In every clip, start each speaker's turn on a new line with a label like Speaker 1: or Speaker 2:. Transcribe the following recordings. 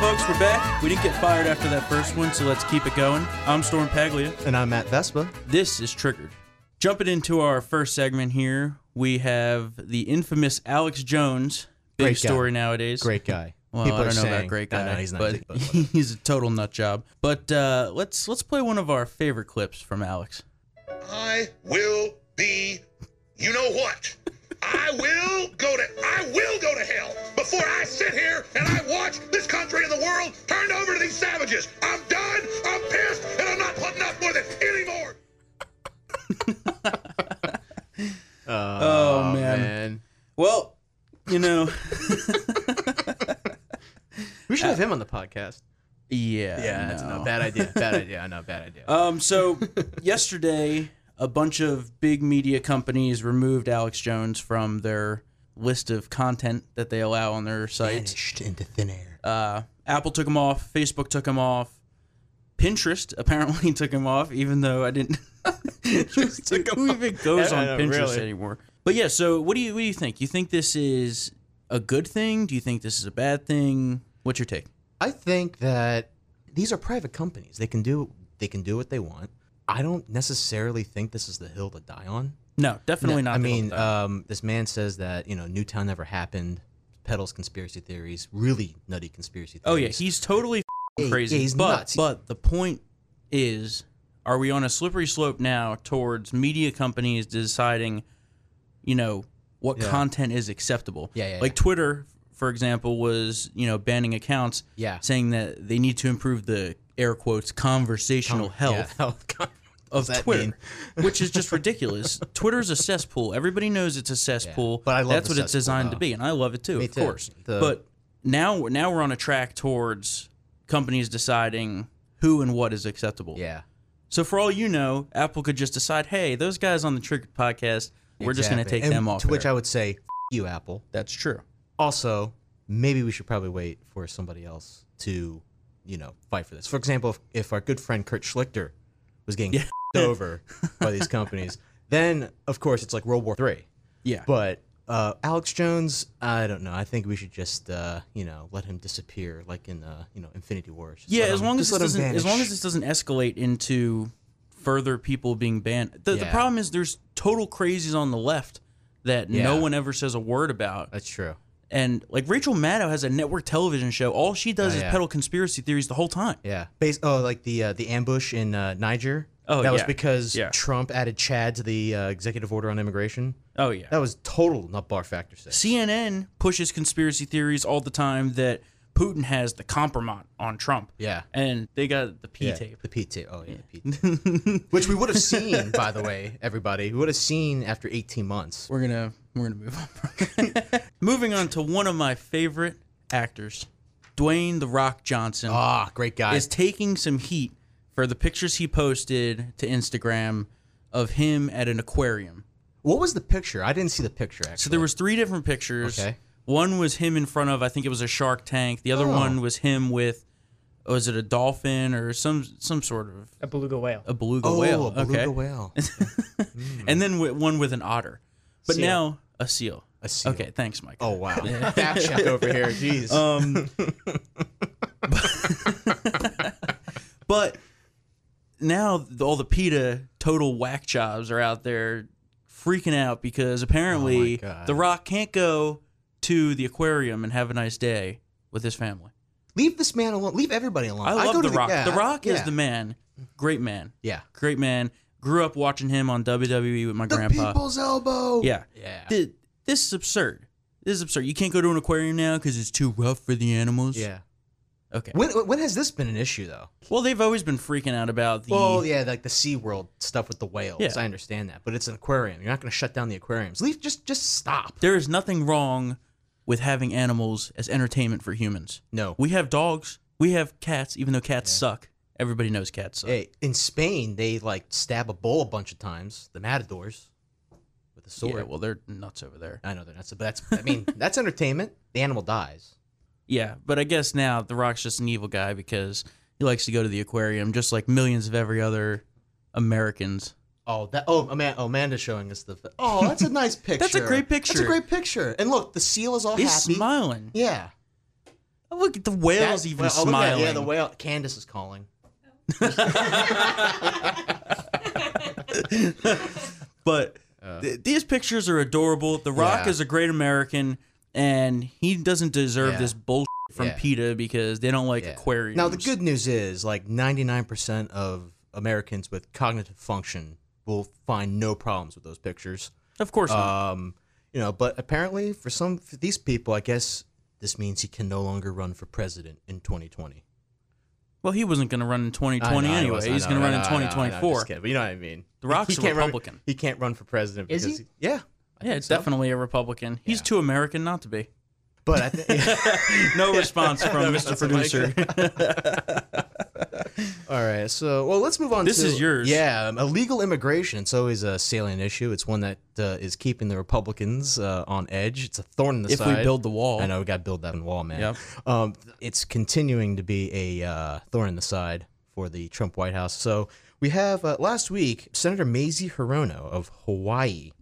Speaker 1: folks, we're back. We didn't get fired after that first one, so let's keep it going. I'm Storm Paglia.
Speaker 2: And I'm Matt Vespa.
Speaker 1: This is Triggered. Jumping into our first segment here, we have the infamous Alex Jones. Big
Speaker 2: Great guy.
Speaker 1: story nowadays.
Speaker 2: Great guy.
Speaker 1: Well, I don't know about great guy,
Speaker 2: No, no, he's not.
Speaker 1: but
Speaker 2: But,
Speaker 1: he's a total nut job. But uh, let's let's play one of our favorite clips from Alex.
Speaker 3: I will be, you know what? I will go to, I will go to hell before I sit here and I watch this country and the world turned over to these savages. I'm done. I'm pissed, and I'm not putting up with it anymore.
Speaker 1: Oh, man. Well, you know,
Speaker 4: We should have him on the podcast.
Speaker 1: Uh, yeah,
Speaker 4: that's
Speaker 1: no.
Speaker 4: no bad idea. Bad idea. I know. Bad idea.
Speaker 1: Um, so yesterday, a bunch of big media companies removed Alex Jones from their list of content that they allow on their site.
Speaker 2: Vanished into thin air.
Speaker 1: Uh, Apple took him off. Facebook took him off. Pinterest apparently took him off, even though I didn't. Who even goes
Speaker 4: I
Speaker 1: on
Speaker 4: know,
Speaker 1: Pinterest
Speaker 4: really.
Speaker 1: anymore? But yeah, so what do you what do you think? You think this is a good thing? Do you think this is a bad thing? What's your take?
Speaker 2: I think that these are private companies. They can do they can do what they want. I don't necessarily think this is the hill to die on.
Speaker 1: No, uh, definitely not.
Speaker 2: I
Speaker 1: the whole
Speaker 2: mean,
Speaker 1: thing.
Speaker 2: um, this man says that you know Newtown never happened. Peddles conspiracy theories, really nutty conspiracy theories.
Speaker 1: Oh yeah, he's totally
Speaker 2: Yeah,
Speaker 1: f***ing
Speaker 2: yeah,
Speaker 1: crazy.
Speaker 2: he's
Speaker 1: but
Speaker 2: nuts.
Speaker 1: but the point is, are we on a slippery slope now towards media companies deciding, you know, what
Speaker 2: Yeah.
Speaker 1: content is acceptable?
Speaker 2: Yeah, yeah,
Speaker 1: Like
Speaker 2: yeah.
Speaker 1: Twitter, for example, was you know banning accounts
Speaker 2: yeah.
Speaker 1: saying that they need to improve the air quotes conversational health
Speaker 2: Yeah, health.
Speaker 1: of
Speaker 2: that
Speaker 1: Twitter,
Speaker 2: mean?
Speaker 1: which is just ridiculous. Twitter's a cesspool. Everybody knows it's a cesspool.
Speaker 2: but I love
Speaker 1: that's
Speaker 2: the
Speaker 1: what it's
Speaker 2: cesspool,
Speaker 1: designed to
Speaker 2: though.
Speaker 1: be, and I love it too,
Speaker 2: Me
Speaker 1: of
Speaker 2: too.
Speaker 1: course.
Speaker 2: The-
Speaker 1: but now, now we're on a track towards companies deciding who and what is acceptable.
Speaker 2: Yeah.
Speaker 1: So for all you know, Apple could just decide, hey, those guys on the Triggered podcast, we're just going to
Speaker 2: Exactly.
Speaker 1: take
Speaker 2: And
Speaker 1: them off.
Speaker 2: To which
Speaker 1: air.
Speaker 2: I would say, F- you Apple.
Speaker 1: that's true.
Speaker 2: also maybe we should probably wait for somebody else to you know fight for this for example if, if our good friend kurt schlichter was getting
Speaker 1: Yeah.
Speaker 2: over by these companies then of course it's like world war three
Speaker 1: Yeah.
Speaker 2: but uh, alex jones i don't know i think we should just uh, you know let him disappear like in uh, you know infinity war Just
Speaker 1: Yeah,
Speaker 2: let
Speaker 1: as
Speaker 2: him-
Speaker 1: long as this
Speaker 2: just let him
Speaker 1: doesn't as long
Speaker 2: vanish.
Speaker 1: as this doesn't escalate into further people being banned. The, the
Speaker 2: Yeah.
Speaker 1: problem is there's total crazies on the left that no
Speaker 2: Yeah.
Speaker 1: one ever says a word about.
Speaker 2: that's true
Speaker 1: And like Rachel Maddow has a network television show. All she does
Speaker 2: Oh,
Speaker 1: is
Speaker 2: yeah.
Speaker 1: peddle conspiracy theories the whole time.
Speaker 2: yeah Bas oh like the uh, the ambush in uh, niger
Speaker 1: Oh,
Speaker 2: that was
Speaker 1: yeah.
Speaker 2: because
Speaker 1: Yeah.
Speaker 2: trump added chad to the uh, executive order on immigration
Speaker 1: Oh yeah.
Speaker 2: That was total nut bar factor six.
Speaker 1: CNN pushes conspiracy theories all the time that Putin has the compromat on Trump.
Speaker 2: Yeah.
Speaker 1: And they got the P
Speaker 2: Yeah,
Speaker 1: tape.
Speaker 2: The P tape. Oh yeah, the P tape. Which we would have seen, by the way, everybody. We would have seen after 18 months.
Speaker 1: We're gonna we're gonna move on. Moving on to one of my favorite actors, Dwayne the Rock Johnson.
Speaker 2: Ah, great guy.
Speaker 1: is taking some heat for the pictures he posted to Instagram of him at an aquarium.
Speaker 2: what was the picture? I didn't see the picture actually.
Speaker 1: So there was three different pictures.
Speaker 2: Okay.
Speaker 1: One was him in front of I think it was a shark tank. The other
Speaker 2: Oh.
Speaker 1: one was him with was it a dolphin or some some sort of
Speaker 4: A beluga whale.
Speaker 1: a beluga
Speaker 2: oh,
Speaker 1: whale.
Speaker 2: a beluga
Speaker 1: okay.
Speaker 2: whale.
Speaker 1: And then wi- one with an otter. But
Speaker 4: Seal.
Speaker 1: now a seal.
Speaker 2: A seal.
Speaker 1: Okay, thanks Mike.
Speaker 2: Oh wow. Fact check over here. Jeez.
Speaker 1: Um, but now th- all the PETA total whack jobs are out there freaking out because apparently
Speaker 2: Oh God.
Speaker 1: The Rock can't go to the aquarium and have a nice day with his family.
Speaker 2: Leave this man alone. Leave everybody alone.
Speaker 1: I love
Speaker 2: go to
Speaker 1: The Rock.
Speaker 2: yeah,
Speaker 1: the Rock is
Speaker 2: yeah,
Speaker 1: the man. Great man.
Speaker 2: Yeah.
Speaker 1: Great man. Grew up watching him on WWE with my grandpa.
Speaker 2: people's elbow.
Speaker 1: Yeah.
Speaker 2: Yeah.
Speaker 1: Th- this is absurd. This is absurd. You can't go to an aquarium now because it's too rough for the animals.
Speaker 2: Yeah.
Speaker 1: Okay.
Speaker 2: When when has this been an issue though?
Speaker 1: Well, they've always been freaking out about the.
Speaker 2: Well, yeah, like the Sea World stuff with the whales.
Speaker 1: Yeah.
Speaker 2: I understand that, but it's an aquarium. You're not going to shut down the aquariums. Leave, just, just stop.
Speaker 1: There is nothing wrong with having animals as entertainment for humans.
Speaker 2: No.
Speaker 1: We have dogs. We have cats, even though cats suck. Everybody knows cats suck.
Speaker 2: Hey, in Spain, they like stab a bull a bunch of times. The matadors with a sword.
Speaker 1: yeah, well, they're nuts over there.
Speaker 2: I know they're not, so- but that's. I mean, that's entertainment. The animal dies.
Speaker 1: Yeah, but I guess now The Rock's just an evil guy because he likes to go to the aquarium, just like millions of every other Americans.
Speaker 2: Oh, that. Oh, Amanda, Amanda's showing us the. Oh, that's a nice picture.
Speaker 1: great
Speaker 2: That's
Speaker 1: picture.
Speaker 2: a great picture. And look, the seal is all
Speaker 1: He's
Speaker 2: happy.
Speaker 1: smiling.
Speaker 2: yeah.
Speaker 1: Look at the whales
Speaker 2: That-
Speaker 1: even
Speaker 2: well, oh, look at that.
Speaker 1: smiling.
Speaker 2: Yeah, the whale. Candace is calling.
Speaker 1: but
Speaker 2: Uh,
Speaker 1: th- these pictures are adorable. The Rock
Speaker 2: Yeah.
Speaker 1: is a great American, and he doesn't deserve
Speaker 2: Yeah.
Speaker 1: this bullshit from
Speaker 2: Yeah.
Speaker 1: PETA because they don't like
Speaker 2: Yeah.
Speaker 1: aquariums.
Speaker 2: Now the good news is, like ninety nine percent of Americans with cognitive function will find no problems with those pictures.
Speaker 1: of course, not.
Speaker 2: Um, you know, but apparently for some for these people, I guess this means he can no longer run for president in twenty twenty.
Speaker 1: Well, he wasn't going to run in 2020 anyway. He's going to run in 2024.
Speaker 2: but you know what I mean.
Speaker 1: The Rock's
Speaker 2: he
Speaker 1: a
Speaker 2: can't run-
Speaker 1: Republican.
Speaker 2: he can't run for president.
Speaker 4: Is
Speaker 2: Because
Speaker 4: he?
Speaker 2: yeah. I
Speaker 1: yeah,
Speaker 2: think
Speaker 1: it's
Speaker 2: so.
Speaker 1: definitely a Republican. He's too American not to be.
Speaker 2: But I think.
Speaker 1: No response from
Speaker 2: That's
Speaker 1: Mr.
Speaker 2: what Mike
Speaker 1: Producer.
Speaker 2: All right, so well, let's move on.
Speaker 1: This
Speaker 2: to-
Speaker 1: is yours.
Speaker 2: Yeah, um, illegal immigration. It's always a salient issue. It's one that uh, is keeping the Republicans uh, on edge. It's a thorn in the
Speaker 1: if
Speaker 2: side.
Speaker 1: we build the wall,
Speaker 2: I know we got to build that wall, man.
Speaker 1: Yep.
Speaker 2: Um, it's continuing to be a uh, thorn in the side for the Trump White House. So we have uh, last week Senator Mazie Hirono of Hawaii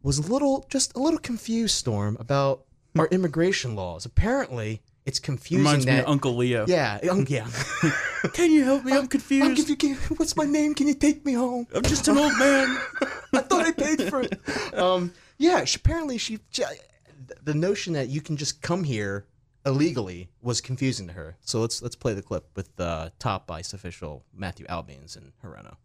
Speaker 2: was a little, just a little confused, Storm, about our immigration laws. Apparently, it's confusing
Speaker 1: reminds me
Speaker 2: that.
Speaker 1: of Uncle Leo.
Speaker 2: yeah, um, yeah.
Speaker 1: Can you help me? I'm confused.
Speaker 2: I'll give you, can- what's my name? Can you take me home?
Speaker 1: I'm just an old man.
Speaker 2: I thought I paid for it. Um, yeah, she, apparently she, she- the notion that you can just come here illegally was confusing to her. So let's let's play the clip with uh, top ICE official Matthew Albans and Hirono.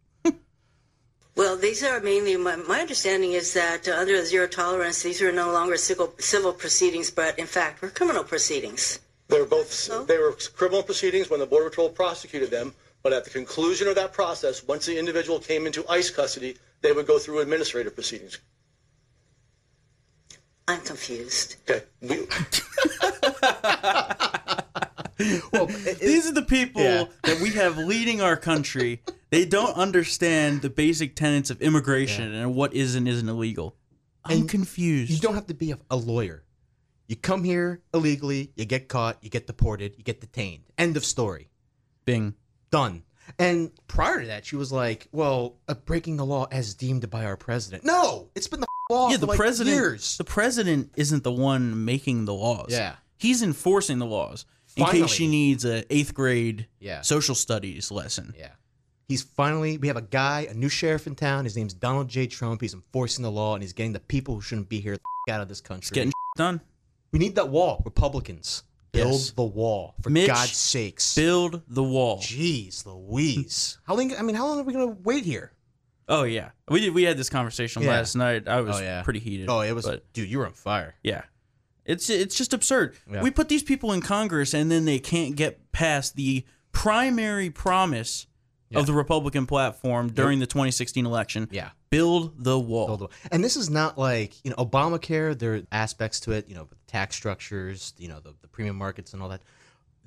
Speaker 5: Well, these are mainly, my, my understanding is that uh, under zero tolerance, these are no longer civil, civil proceedings, but in fact, were criminal proceedings.
Speaker 6: They were both, they were criminal proceedings when the Border Patrol prosecuted them, but at the conclusion of that process, once the individual came into ICE custody, they would go through administrative proceedings.
Speaker 5: I'm confused.
Speaker 6: Okay, we,
Speaker 1: These are the people
Speaker 2: Yeah.
Speaker 1: that we have leading our country. They don't understand the basic tenets of immigration and what is and isn't illegal. I'm confused.
Speaker 2: You don't have to be a, a lawyer. You come here illegally, you get caught, you get deported, you get detained. End of story.
Speaker 1: Bing.
Speaker 2: Done. And prior to that, she was like, "Well, uh, breaking the law as deemed by our president." No, it's been the f- law
Speaker 1: Yeah,
Speaker 2: for
Speaker 1: the
Speaker 2: like
Speaker 1: president.
Speaker 2: years.
Speaker 1: The president isn't the one making the laws.
Speaker 2: Yeah.
Speaker 1: he's enforcing the laws. In
Speaker 2: Finally.
Speaker 1: case she needs a eighth grade
Speaker 2: Yeah.
Speaker 1: social studies lesson.
Speaker 2: Yeah. He's finally, we have a guy, a new sheriff in town. His name's Donald J. Trump. He's enforcing the law and he's getting the people who shouldn't be here the f- out of this country.
Speaker 1: Getting done.
Speaker 2: we need that wall. Republicans, build
Speaker 1: Yes.
Speaker 2: the wall. For
Speaker 1: Mitch,
Speaker 2: God's sakes.
Speaker 1: Build the wall.
Speaker 2: Jeez Louise. how long, I mean, how long are we going to wait here?
Speaker 1: Oh yeah, we did, we had this conversation
Speaker 2: Yeah.
Speaker 1: last night. I was
Speaker 2: Oh, yeah.
Speaker 1: pretty heated.
Speaker 2: Oh, it was,
Speaker 1: but-
Speaker 2: dude, you were on fire.
Speaker 1: Yeah. It's it's just absurd.
Speaker 2: Yeah.
Speaker 1: We put these people in Congress and then they can't get past the primary promise of the Republican platform during the 2016 election.
Speaker 2: Yeah.
Speaker 1: Build the wall.
Speaker 2: Build the wall. And this is not like, you know, Obamacare, there are aspects to it, you know, with tax structures, you know, the, the premium markets and all that.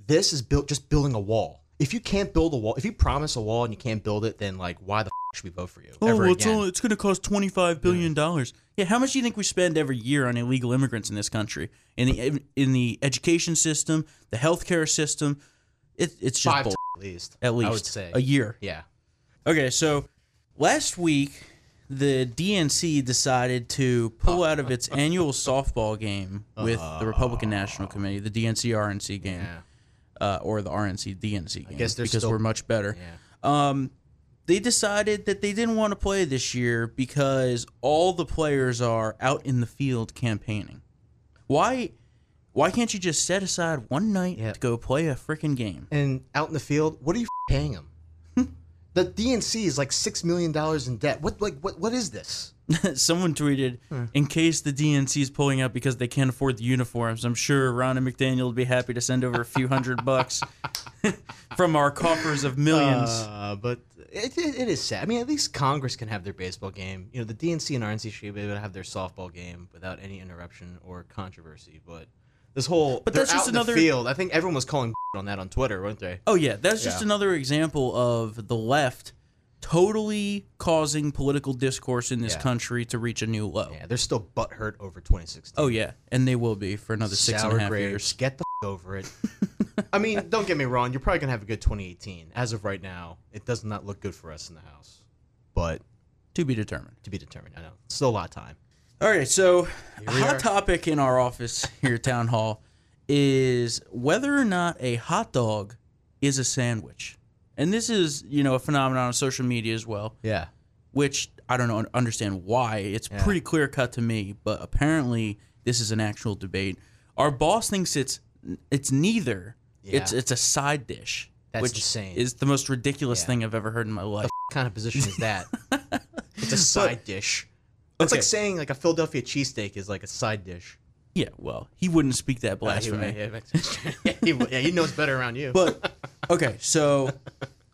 Speaker 2: This is built just building a wall. If you can't build a wall, if you promise a wall and you can't build it, then like why the f- should we vote for you
Speaker 1: Oh,
Speaker 2: ever
Speaker 1: well, it's,
Speaker 2: again?
Speaker 1: only, it's going to cost $25 billion. dollars. Yeah, how much do you think we spend every year on illegal immigrants in this country? In the in the education system, the healthcare system, it, it's just
Speaker 2: Five
Speaker 1: bull-
Speaker 2: times at least.
Speaker 1: at least
Speaker 2: I would say.
Speaker 1: a year.
Speaker 2: yeah.
Speaker 1: Okay, so last week the DNC decided to pull out of its annual softball game with the Republican National Committee, the DNC RNC game,
Speaker 2: Yeah.
Speaker 1: uh, or the RNC DNC game.
Speaker 2: guess they're
Speaker 1: because
Speaker 2: still-
Speaker 1: we're much better.
Speaker 2: Yeah.
Speaker 1: Um, they decided that they didn't want to play this year because all the players are out in the field campaigning. Why? Why can't you just set aside one night
Speaker 2: Yeah.
Speaker 1: to go play a freaking game?
Speaker 2: And out in the field, what are you f- paying them? the DNC is like six million dollars in debt. What like what what is this?
Speaker 1: Someone tweeted,
Speaker 2: Hmm.
Speaker 1: in case the DNC is pulling out because they can't afford the uniforms, I'm sure Ron and McDaniel would be happy to send over a few hundred bucks from our coffers of millions.
Speaker 2: Uh, but it, it, it is sad. I mean, at least Congress can have their baseball game. You know, the DNC and RNC should be able to have their softball game without any interruption or controversy. But this whole
Speaker 1: But
Speaker 2: they're
Speaker 1: that's just
Speaker 2: out in the
Speaker 1: another-
Speaker 2: field. I think everyone was calling on that on Twitter, weren't they?
Speaker 1: oh, yeah. That's just
Speaker 2: Yeah.
Speaker 1: another example of the left totally causing political discourse in this
Speaker 2: Yeah.
Speaker 1: country to reach a new low.
Speaker 2: Yeah, they're still butthurt over 2016.
Speaker 1: Oh, yeah. And they will be for another six and a half years.
Speaker 2: Get the f- over it. I mean, don't get me wrong. You're probably gonna have a good 2018. As of right now, it does not look good for us in the house. But
Speaker 1: To be determined.
Speaker 2: to be determined. I know still a lot of time.
Speaker 1: All right, so a hot topic in our office here at Town Hall is whether or not a hot dog is a sandwich. And this is, you know, a phenomenon on social media as well,
Speaker 2: Yeah.
Speaker 1: which I don't know, understand why. It's pretty clear cut to me, but apparently this is an actual debate. Our boss thinks it's it's neither. It's
Speaker 2: Yeah.
Speaker 1: it's a side dish,
Speaker 2: That's
Speaker 1: which
Speaker 2: insane.
Speaker 1: is the most ridiculous
Speaker 2: Yeah.
Speaker 1: thing I've ever heard in my life.
Speaker 2: What kind of position is that? it's a side dish. It's
Speaker 1: Okay.
Speaker 2: like saying like a Philadelphia cheesesteak is like a side dish.
Speaker 1: Yeah, well, he wouldn't speak that blasphemy.
Speaker 2: yeah, he, yeah, he knows better around you.
Speaker 1: But okay, so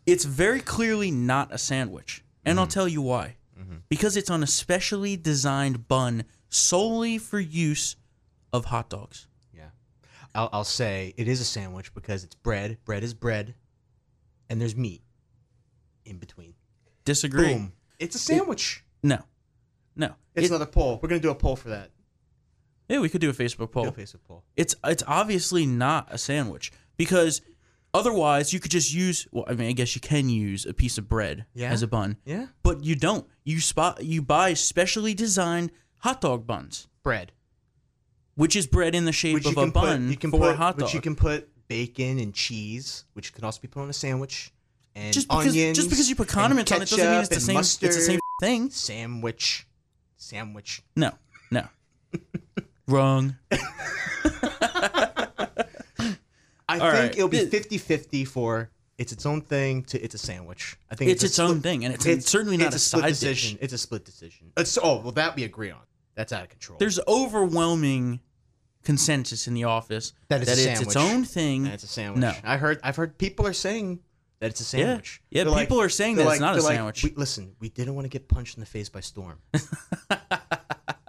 Speaker 1: it's very clearly not a sandwich, and
Speaker 2: Mm-hmm.
Speaker 1: I'll tell you why. Because it's on a specially designed bun solely for use of hot dogs.
Speaker 2: Yeah. I'll, I'll say it is a sandwich because it's bread. Bread is bread. And there's meat in between.
Speaker 1: Disagree?
Speaker 2: Boom. It's a sandwich.
Speaker 1: No, no.
Speaker 2: it's
Speaker 1: It-
Speaker 2: another poll. We're going to do a poll for that.
Speaker 1: yeah, we could do a Facebook
Speaker 2: Do
Speaker 1: poll.
Speaker 2: a Facebook poll.
Speaker 1: It's it's obviously not a sandwich because otherwise you could just use. Well, I mean, I guess you can use a piece of bread
Speaker 2: Yeah.
Speaker 1: as a bun,
Speaker 2: Yeah.
Speaker 1: but you don't. You spot you buy specially designed hot dog buns.
Speaker 2: Bread.
Speaker 1: which is bread in the shape of a bun
Speaker 2: put, you can
Speaker 1: for
Speaker 2: put,
Speaker 1: a hot dog.
Speaker 2: But you can put bacon and cheese, which can also be put on a sandwich. And
Speaker 1: just because
Speaker 2: onions.
Speaker 1: just because you put
Speaker 2: and
Speaker 1: condiments on it doesn't mean it's
Speaker 2: ketchup
Speaker 1: the
Speaker 2: and
Speaker 1: same. It's the same
Speaker 2: mustard.
Speaker 1: thing.
Speaker 2: Sandwich. Sandwich.
Speaker 1: No, no, wrong.
Speaker 2: I
Speaker 1: All
Speaker 2: think
Speaker 1: right.
Speaker 2: it'll be
Speaker 1: Th-
Speaker 2: 50 50 for it's its own thing to it's a sandwich. I think
Speaker 1: It's
Speaker 2: a
Speaker 1: its own
Speaker 2: split-
Speaker 1: thing, and it's certainly not a
Speaker 2: split
Speaker 1: side dish.
Speaker 2: decision. It's a split decision. It's, oh, well, that we agree on. That's out of control.
Speaker 1: There's overwhelming consensus in the office
Speaker 2: That it's a
Speaker 1: it's its
Speaker 2: sandwich.
Speaker 1: own thing.
Speaker 2: That's a sandwich.
Speaker 1: Mm-hmm. No.
Speaker 2: I heard. I've heard people are saying that it's a sandwich.
Speaker 1: Yeah,
Speaker 2: They're
Speaker 1: people are saying
Speaker 2: they're
Speaker 1: that it's not a
Speaker 2: they're
Speaker 1: sandwich.
Speaker 2: "We- listen, we didn't want to get punched in the face by storm,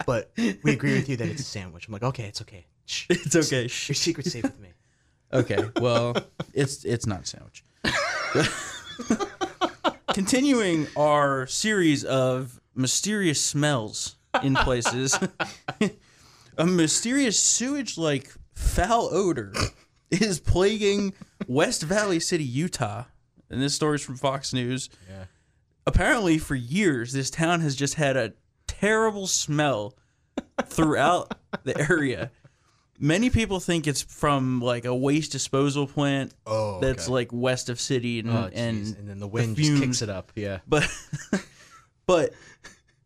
Speaker 2: but we agree with you that it's a sandwich. I'm like, okay, it's okay. Shh.
Speaker 1: It's okay.
Speaker 2: Your secret's safe with me.
Speaker 1: Okay, well, it's it's not a sandwich. Continuing our series of mysterious smells in places, a mysterious sewage-like foul odor is plaguing West Valley City, Utah. And this story's from Fox News. Yeah. Apparently, for years, this town has just had a terrible smell throughout the area many people think it's from like a waste disposal plant
Speaker 2: Oh,
Speaker 1: that's like west of city and,
Speaker 2: Oh, jeez.
Speaker 1: and,
Speaker 2: and then the wind just
Speaker 1: fumes.
Speaker 2: kicks it up. Yeah.
Speaker 1: but but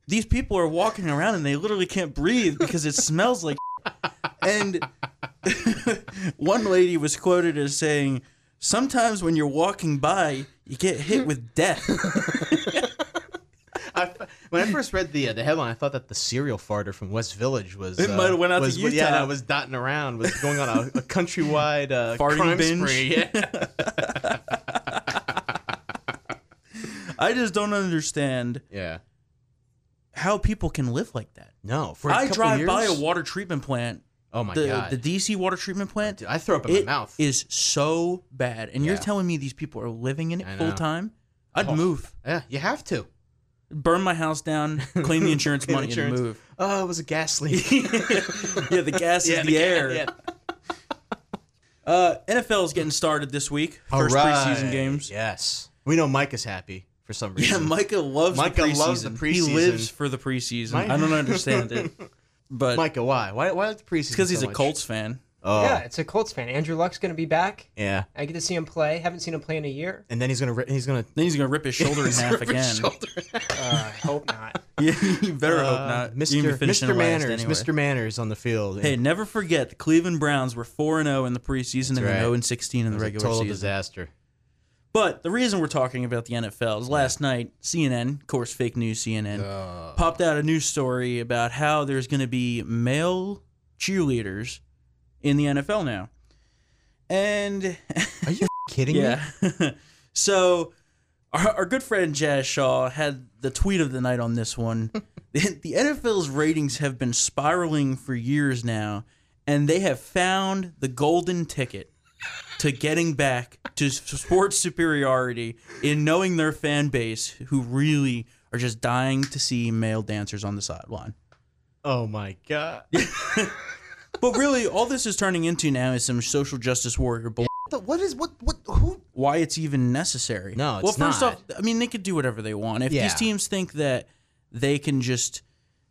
Speaker 1: these people are walking around and they literally can't breathe because it smells like and one lady was quoted as saying sometimes when you're walking by you get hit with death
Speaker 2: I, when I first read the uh, the headline, I thought that the serial farter from West Village was
Speaker 1: It
Speaker 2: uh,
Speaker 1: might have went out to
Speaker 2: was, Yeah,
Speaker 1: Utah.
Speaker 2: that was dotting around, was going on a, a countrywide uh,
Speaker 1: Farting
Speaker 2: crime
Speaker 1: binge.
Speaker 2: spree. Yeah.
Speaker 1: i just don't understand
Speaker 2: yeah,
Speaker 1: how people can live like that
Speaker 2: no. For a
Speaker 1: i
Speaker 2: couple
Speaker 1: drive by a
Speaker 2: years-
Speaker 1: water treatment plant
Speaker 2: Oh my
Speaker 1: the,
Speaker 2: god,
Speaker 1: the dc water treatment plant
Speaker 2: Dude, I throw up in
Speaker 1: It
Speaker 2: my mouth.
Speaker 1: is so bad, and you're
Speaker 2: Yeah.
Speaker 1: telling me these people are living in
Speaker 2: I
Speaker 1: it full
Speaker 2: know.
Speaker 1: time. I'd
Speaker 2: Oh.
Speaker 1: move,
Speaker 2: yeah, you have to.
Speaker 1: burn my house down, claim the insurance
Speaker 2: Claim
Speaker 1: money,
Speaker 2: insurance.
Speaker 1: and move.
Speaker 2: Oh, it was a gas leak.
Speaker 1: Yeah, the gas is the, air. Uh, NFL is getting started this week. First preseason games. Yeah.
Speaker 2: Yes, we know Mike is happy for some reason.
Speaker 1: Micah loves the
Speaker 2: Micah
Speaker 1: preseason.
Speaker 2: loves the
Speaker 1: He
Speaker 2: preseason.
Speaker 1: lives for the preseason.
Speaker 2: Mike-
Speaker 1: I don't understand it, but
Speaker 2: Micah, why? Why? Why like the preseason?
Speaker 1: because he's
Speaker 2: so
Speaker 1: a
Speaker 2: much?
Speaker 1: Colts fan.
Speaker 2: Oh,
Speaker 7: Yeah, it's a Colts fan. Andrew Luck's going to be back.
Speaker 2: yeah.
Speaker 7: I get to see him play. Haven't seen him play in a year.
Speaker 2: And then he's gonna ri- he's gonna
Speaker 1: Then he's gonna rip his shoulder in half again.
Speaker 7: Uh, I hope not.
Speaker 1: Yeah, you better
Speaker 2: Uh,
Speaker 1: hope not. You
Speaker 2: Mr.
Speaker 1: can finish in
Speaker 2: Mr.
Speaker 1: last
Speaker 2: Manners,
Speaker 1: anyway.
Speaker 2: Mr. Manners on the field.
Speaker 1: Hey, never forget the Cleveland Browns were 4 0 in the preseason and
Speaker 2: right.
Speaker 1: then 0 16 in the
Speaker 2: It was a
Speaker 1: regular
Speaker 2: total
Speaker 1: season.
Speaker 2: disaster.
Speaker 1: But the reason we're talking about the NFL is last night, CNN, of course, fake news CNN, popped out a news story about how there's going to be male cheerleaders in the NFL now. And
Speaker 2: Are you kidding me?
Speaker 1: yeah. so our, our good friend Jazz Shaw had the tweet of the night on this one. the the NFL's ratings have been spiraling for years now, and they have found the golden ticket to getting back to s- sports superiority in knowing their fan base who really are just dying to see male dancers on the sideline.
Speaker 2: Oh my god.
Speaker 1: But really, all this is turning into now is some social justice warrior bull.
Speaker 2: what is what what who
Speaker 1: why it's even necessary.
Speaker 2: No, it's
Speaker 1: well, first
Speaker 2: not.
Speaker 1: off, I mean they could do whatever they want. If
Speaker 2: Yeah.
Speaker 1: these teams think that
Speaker 2: Mm-hmm.
Speaker 1: they can just,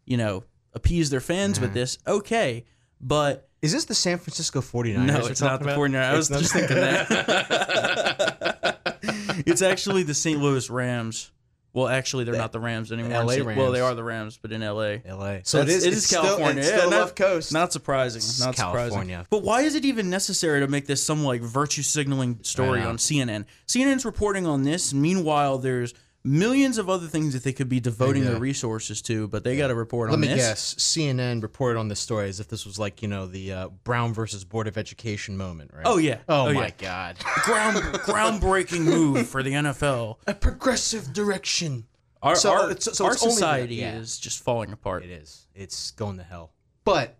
Speaker 1: you know, appease their fans with this, okay. But
Speaker 2: Is this the San Francisco 49ers?
Speaker 1: No,
Speaker 2: we're
Speaker 1: it's not
Speaker 2: talking
Speaker 1: the
Speaker 2: about?
Speaker 1: 49ers. I was
Speaker 2: It's not-
Speaker 1: just thinking that. it's actually the St. Louis Rams. Well, actually, they're not the Rams anymore.
Speaker 2: LA
Speaker 1: It's- Well, they
Speaker 2: Rams.
Speaker 1: are the Rams, but in LA.
Speaker 2: LA. So
Speaker 1: That's-
Speaker 2: it is, it's still-
Speaker 1: California.
Speaker 2: It's
Speaker 1: Yeah,
Speaker 2: still
Speaker 1: not-
Speaker 2: left coast.
Speaker 1: Not surprising. Not
Speaker 2: California.
Speaker 1: surprising. But why is it even necessary to make this some like virtue signaling story
Speaker 2: I know.
Speaker 1: on CNN? CNN's reporting on this. and Meanwhile, there's millions of other things that they could be devoting
Speaker 2: Yeah.
Speaker 1: their resources to, but they got to report
Speaker 2: Let
Speaker 1: on
Speaker 2: me
Speaker 1: this.
Speaker 2: guess. CNN reported on this story as if this was like you know the uh, Brown versus Board of Education moment, right?
Speaker 1: Oh yeah.
Speaker 2: Oh, my
Speaker 1: yeah.
Speaker 2: God.
Speaker 1: Ground groundbreaking move for the NFL.
Speaker 2: A progressive direction.
Speaker 1: Our
Speaker 2: So
Speaker 1: our,
Speaker 2: it's- so
Speaker 1: our
Speaker 2: it's only the-
Speaker 1: society
Speaker 2: yeah.
Speaker 1: is just falling apart.
Speaker 2: It is. It's going to hell. But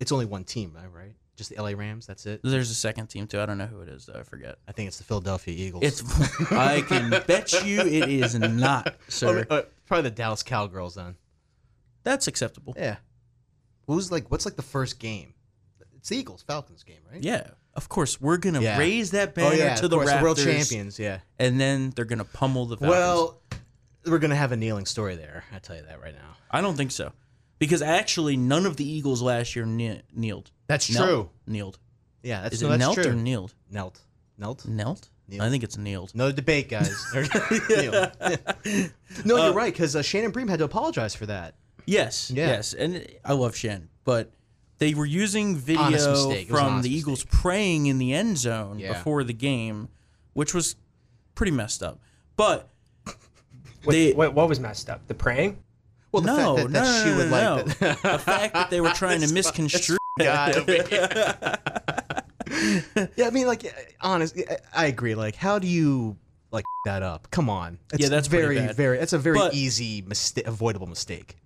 Speaker 2: it's only one team, right? Just the LA Rams. That's it.
Speaker 1: There's a second team too. I don't know who it is though. I forget.
Speaker 2: I think it's the Philadelphia Eagles.
Speaker 1: It's. I can bet you it is not,
Speaker 2: Or-
Speaker 1: sir.
Speaker 2: or probably the Dallas Cowgirls then.
Speaker 1: That's acceptable.
Speaker 2: Yeah. Who's like? What's like the first game? It's the Eagles Falcons game, right?
Speaker 1: Yeah, of course we're gonna
Speaker 2: Oh, Yeah.
Speaker 1: raise that banner to
Speaker 2: of
Speaker 1: the
Speaker 2: course,
Speaker 1: Raptors,
Speaker 2: world champions. Yeah.
Speaker 1: and then they're gonna pummel the Falcons.
Speaker 2: Well, we're gonna have a kneeling story there. I tell you that right now.
Speaker 1: I don't think so, because actually none of the Eagles last year kne- kneeled.
Speaker 2: That's
Speaker 1: Knelt-
Speaker 2: true.
Speaker 1: Kneeled.
Speaker 2: Yeah, that's,
Speaker 1: Is
Speaker 2: no,
Speaker 1: it
Speaker 2: that's
Speaker 1: knelt
Speaker 2: true.
Speaker 1: or kneeled?
Speaker 2: knelt, knelt.
Speaker 1: Knelt. I think it's kneeled.
Speaker 2: No debate, guys. They're gonna kneel. no, you're right because uh, Shannon Bream had to apologize for that.
Speaker 1: Yes,
Speaker 2: Yeah.
Speaker 1: yes, and I love Shen, but they were using
Speaker 2: Honest
Speaker 1: video
Speaker 2: mistake. It was an
Speaker 1: from
Speaker 2: honest
Speaker 1: the Eagles praying in the end zone
Speaker 2: Yeah.
Speaker 1: before the game, which was pretty messed up. But
Speaker 7: Wait,
Speaker 1: they
Speaker 7: what, what was messed up? The praying?
Speaker 2: Well, the
Speaker 1: no,
Speaker 2: fact that, that
Speaker 1: no,
Speaker 2: she
Speaker 1: no,
Speaker 2: would
Speaker 1: no,
Speaker 2: like
Speaker 1: no.
Speaker 2: that.
Speaker 1: the fact that they were trying to misconstrue.
Speaker 2: God over here. yeah, I mean, like, honest, I- I agree. Like, how do you like that up? Come on, it's
Speaker 1: Yeah, that's pretty
Speaker 2: very,
Speaker 1: bad.
Speaker 2: very. That's a very
Speaker 1: But-
Speaker 2: easy, mistake, avoidable mistake.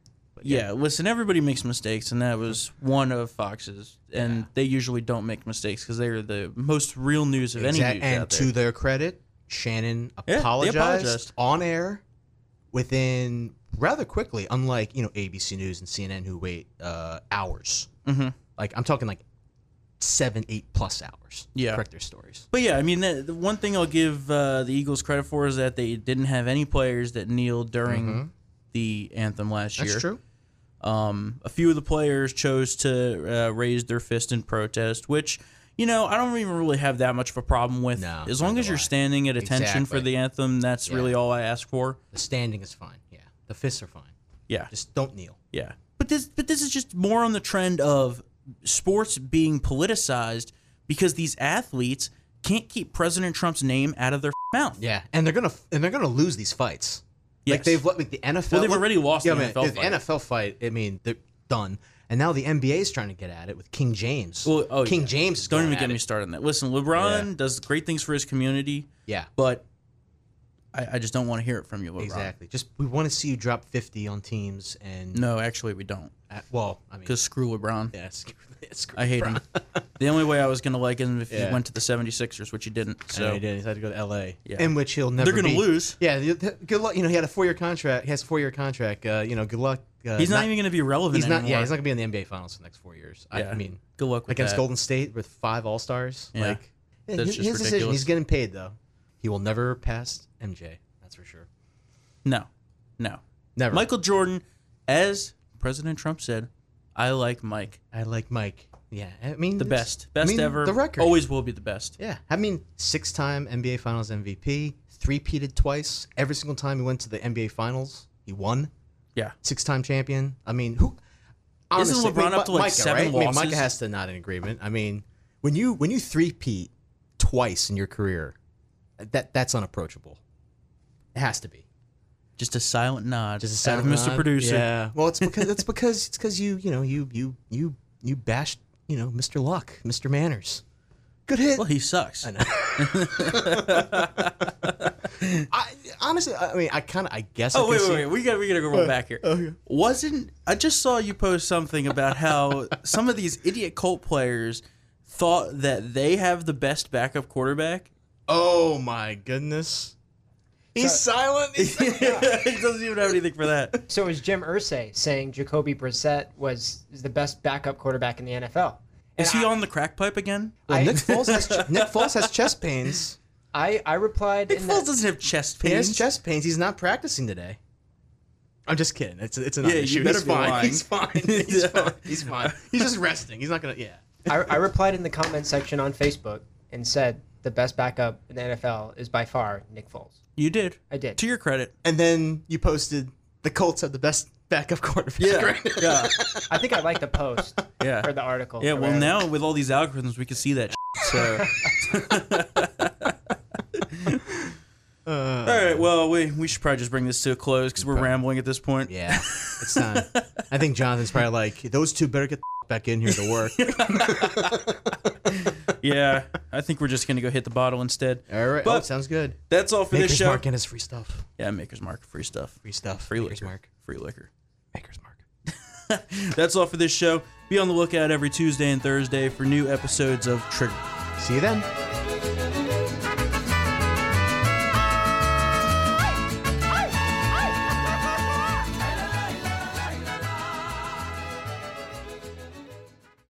Speaker 1: Yeah, listen, everybody makes mistakes, and that was one of Fox's, and they usually don't make mistakes because they are the most real news of any
Speaker 2: Exact-
Speaker 1: news
Speaker 2: and
Speaker 1: out there.
Speaker 2: to their credit, Shannon
Speaker 1: they
Speaker 2: apologized,
Speaker 1: apologized.
Speaker 2: on air within rather quickly. Unlike you know ABC News and CNN who wait uh, hours.
Speaker 1: Mhm.
Speaker 2: Like I'm talking like seven, eight plus hours. to
Speaker 1: Yeah.
Speaker 2: correct their stories.
Speaker 1: But yeah, I mean, the, the one thing I'll give uh, the Eagles credit for is that they didn't have any players that kneeled during the anthem last year.
Speaker 2: Mm-hmm. That's true.
Speaker 1: Um, a few of the players chose to uh, raise their fist in protest, which you know I don't even really have that much of a problem with.
Speaker 2: No,
Speaker 1: as long
Speaker 2: neither
Speaker 1: as
Speaker 2: do
Speaker 1: you're
Speaker 2: I.
Speaker 1: standing at attention for
Speaker 2: Exactly.
Speaker 1: the anthem, that's really all I ask for.
Speaker 2: The standing is fine. Yeah, the fists are fine.
Speaker 1: Yeah,
Speaker 2: Just don't kneel.
Speaker 1: yeah. But this, but this is just more on the trend of sports being politicized because these athletes can't keep President Trump's name out of their mouth.
Speaker 2: Yeah, and they're gonna and they're gonna lose these fights. Like
Speaker 1: Yes.
Speaker 2: they've let like the NFL.
Speaker 1: Well, they've already lost
Speaker 2: yeah,
Speaker 1: the
Speaker 2: man,
Speaker 1: NFL
Speaker 2: the
Speaker 1: fight.
Speaker 2: NFL fight. I mean, they're done. And now the NBA is trying to get at it with King James.
Speaker 1: Well, oh,
Speaker 2: King
Speaker 1: yeah.
Speaker 2: James is
Speaker 1: Don't
Speaker 2: going
Speaker 1: even
Speaker 2: at
Speaker 1: get
Speaker 2: it.
Speaker 1: me started on that. Listen, LeBron does great things for his community,
Speaker 2: Yeah,
Speaker 1: but I, I just don't want to hear it from you, LeBron.
Speaker 2: exactly. Just we want to see you drop fifty on teams and
Speaker 1: No, actually, we don't.
Speaker 2: uh, well, I mean,
Speaker 1: Because screw LeBron.
Speaker 2: yeah, screw- screw
Speaker 1: I hate him. the only way I was going to like him if
Speaker 2: Yeah.
Speaker 1: he went to the 76ers, which he didn't.
Speaker 2: So he
Speaker 1: So
Speaker 2: did. He's had to go to L.A.
Speaker 1: Yeah.
Speaker 2: In which he'll never.
Speaker 1: they're going to
Speaker 2: be-
Speaker 1: lose.
Speaker 2: Yeah. the- the- Good luck. You know, he had a four-year contract. He has a four-year contract. Uh, you know, good luck. Uh,
Speaker 1: He's not, even going to be relevant
Speaker 2: He's not.
Speaker 1: anymore.
Speaker 2: Yeah, he's not gonna be in the NBA Finals for the next four years. I, I
Speaker 1: Yeah.
Speaker 2: mean,
Speaker 1: Good luck with
Speaker 2: against
Speaker 1: that.
Speaker 2: Golden State with five All Stars.
Speaker 1: Yeah.
Speaker 2: Like, yeah,
Speaker 1: That's
Speaker 2: his,
Speaker 1: just
Speaker 2: his decision.
Speaker 1: ridiculous.
Speaker 2: He's getting paid though. He will never pass MJ. That's for sure.
Speaker 1: No, no.
Speaker 2: Never.
Speaker 1: Michael Jordan, as President Trump said, I like Mike.
Speaker 2: I like Mike. Yeah, I mean
Speaker 1: The
Speaker 2: it's-
Speaker 1: best.
Speaker 2: I
Speaker 1: Best
Speaker 2: mean,
Speaker 1: ever.
Speaker 2: The record.
Speaker 1: Always will be the best.
Speaker 2: Yeah, I mean six-time NBA Finals MVP, three-peated twice. Every single time he went to the NBA Finals, he won.
Speaker 1: Yeah.
Speaker 2: Six-time champion. I mean, who?
Speaker 1: Isn't
Speaker 2: honestly, I mean,
Speaker 1: LeBron up to, like,
Speaker 2: Micah,
Speaker 1: seven
Speaker 2: right? I mean, Micah
Speaker 1: losses?
Speaker 2: has to not in agreement. I mean, when you when you three-peat twice in your career, that that's unapproachable. It has to be.
Speaker 1: Just a silent nod.
Speaker 2: Just a
Speaker 1: out of
Speaker 2: sound
Speaker 1: Mr.
Speaker 2: nod.
Speaker 1: Producer.
Speaker 2: Yeah. Well, it's because it's because it's because you you know you you you you bashed you know Mr. Luck, Mr. Manners. Good hit.
Speaker 1: Well, he sucks.
Speaker 2: I, honestly, I mean, I kind of I guess. I
Speaker 1: Oh
Speaker 2: can
Speaker 1: wait,
Speaker 2: see-
Speaker 1: wait, wait! We gotta, we gotta go roll back here. Wasn't I just saw you post something about how some of these idiot cult players thought that they have the best backup quarterback?
Speaker 2: Oh my goodness. He's silent. He's
Speaker 1: he doesn't even have anything for that.
Speaker 7: So it was Jim Ursay saying Jacoby Brissett was is the best backup quarterback in the NFL. And
Speaker 1: Is he on the crack pipe again?
Speaker 2: well, Nick Foles has Nick Foles has chest pains.
Speaker 7: I, I replied
Speaker 1: Nick
Speaker 7: in
Speaker 1: Foles
Speaker 7: that,
Speaker 1: doesn't have chest
Speaker 2: He has
Speaker 1: pains.
Speaker 2: chest pains. He's not practicing today. I'm just kidding. It's it's an
Speaker 1: you
Speaker 2: issue.
Speaker 1: better
Speaker 2: He's
Speaker 1: be
Speaker 2: fine.
Speaker 1: lying.
Speaker 2: He's fine. He's fine. He's fine. He's just resting. He's not gonna. Yeah.
Speaker 7: I, I replied in the comment section on Facebook and said the best backup in the NFL is by far Nick Foles.
Speaker 1: You did.
Speaker 7: I did.
Speaker 1: To your credit.
Speaker 2: And then you posted the Colts have the best backup quarterback. Yeah.
Speaker 1: Yeah.
Speaker 7: I think I liked the post
Speaker 1: Yeah.
Speaker 7: or the article.
Speaker 1: Yeah,
Speaker 7: or
Speaker 1: well,
Speaker 7: whatever.
Speaker 1: now with all these algorithms, we can see that. so.
Speaker 2: Uh.
Speaker 1: all right. Well, we we should probably just bring this to a close because we're rambling at this point.
Speaker 2: Yeah. It's time. I think Jonathan's probably like, those two better get the f- back in here to work.
Speaker 1: Yeah, I think we're just gonna go hit the bottle instead.
Speaker 2: All right.
Speaker 1: But
Speaker 2: oh, sounds good.
Speaker 1: that's all for
Speaker 2: Maker's
Speaker 1: this show.
Speaker 2: Mark and his free stuff.
Speaker 1: Yeah, Maker's Mark, free stuff,
Speaker 2: Free stuff.
Speaker 1: free
Speaker 2: Maker's
Speaker 1: liquor,
Speaker 2: Mark.
Speaker 1: free liquor.
Speaker 2: Maker's Mark.
Speaker 1: That's all for this show. Be on the lookout every Tuesday and Thursday for new episodes of Trigger.
Speaker 2: See you then.